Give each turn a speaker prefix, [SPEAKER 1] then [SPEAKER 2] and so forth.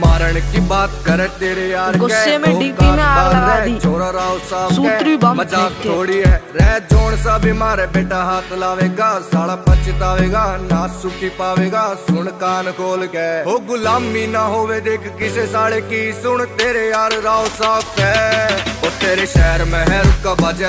[SPEAKER 1] मारण की बात करे तेरे यार
[SPEAKER 2] गुस्से में डीपी ने आग लगा दी।
[SPEAKER 1] छोरा राव साहब
[SPEAKER 2] सूत्री
[SPEAKER 1] के,
[SPEAKER 2] बम
[SPEAKER 1] मजाक
[SPEAKER 2] फेंक के।
[SPEAKER 1] थोड़ी है रह जोन सा बीमार है, बेटा हाथ लावेगा साला पछतावेगा ना सुखी पावेगा सुन कान खोल के ओ गुलामी ना होवे देख किसे साले की सुन तेरे यार राव साहब के ओ तेरे शहर में है रुका बजे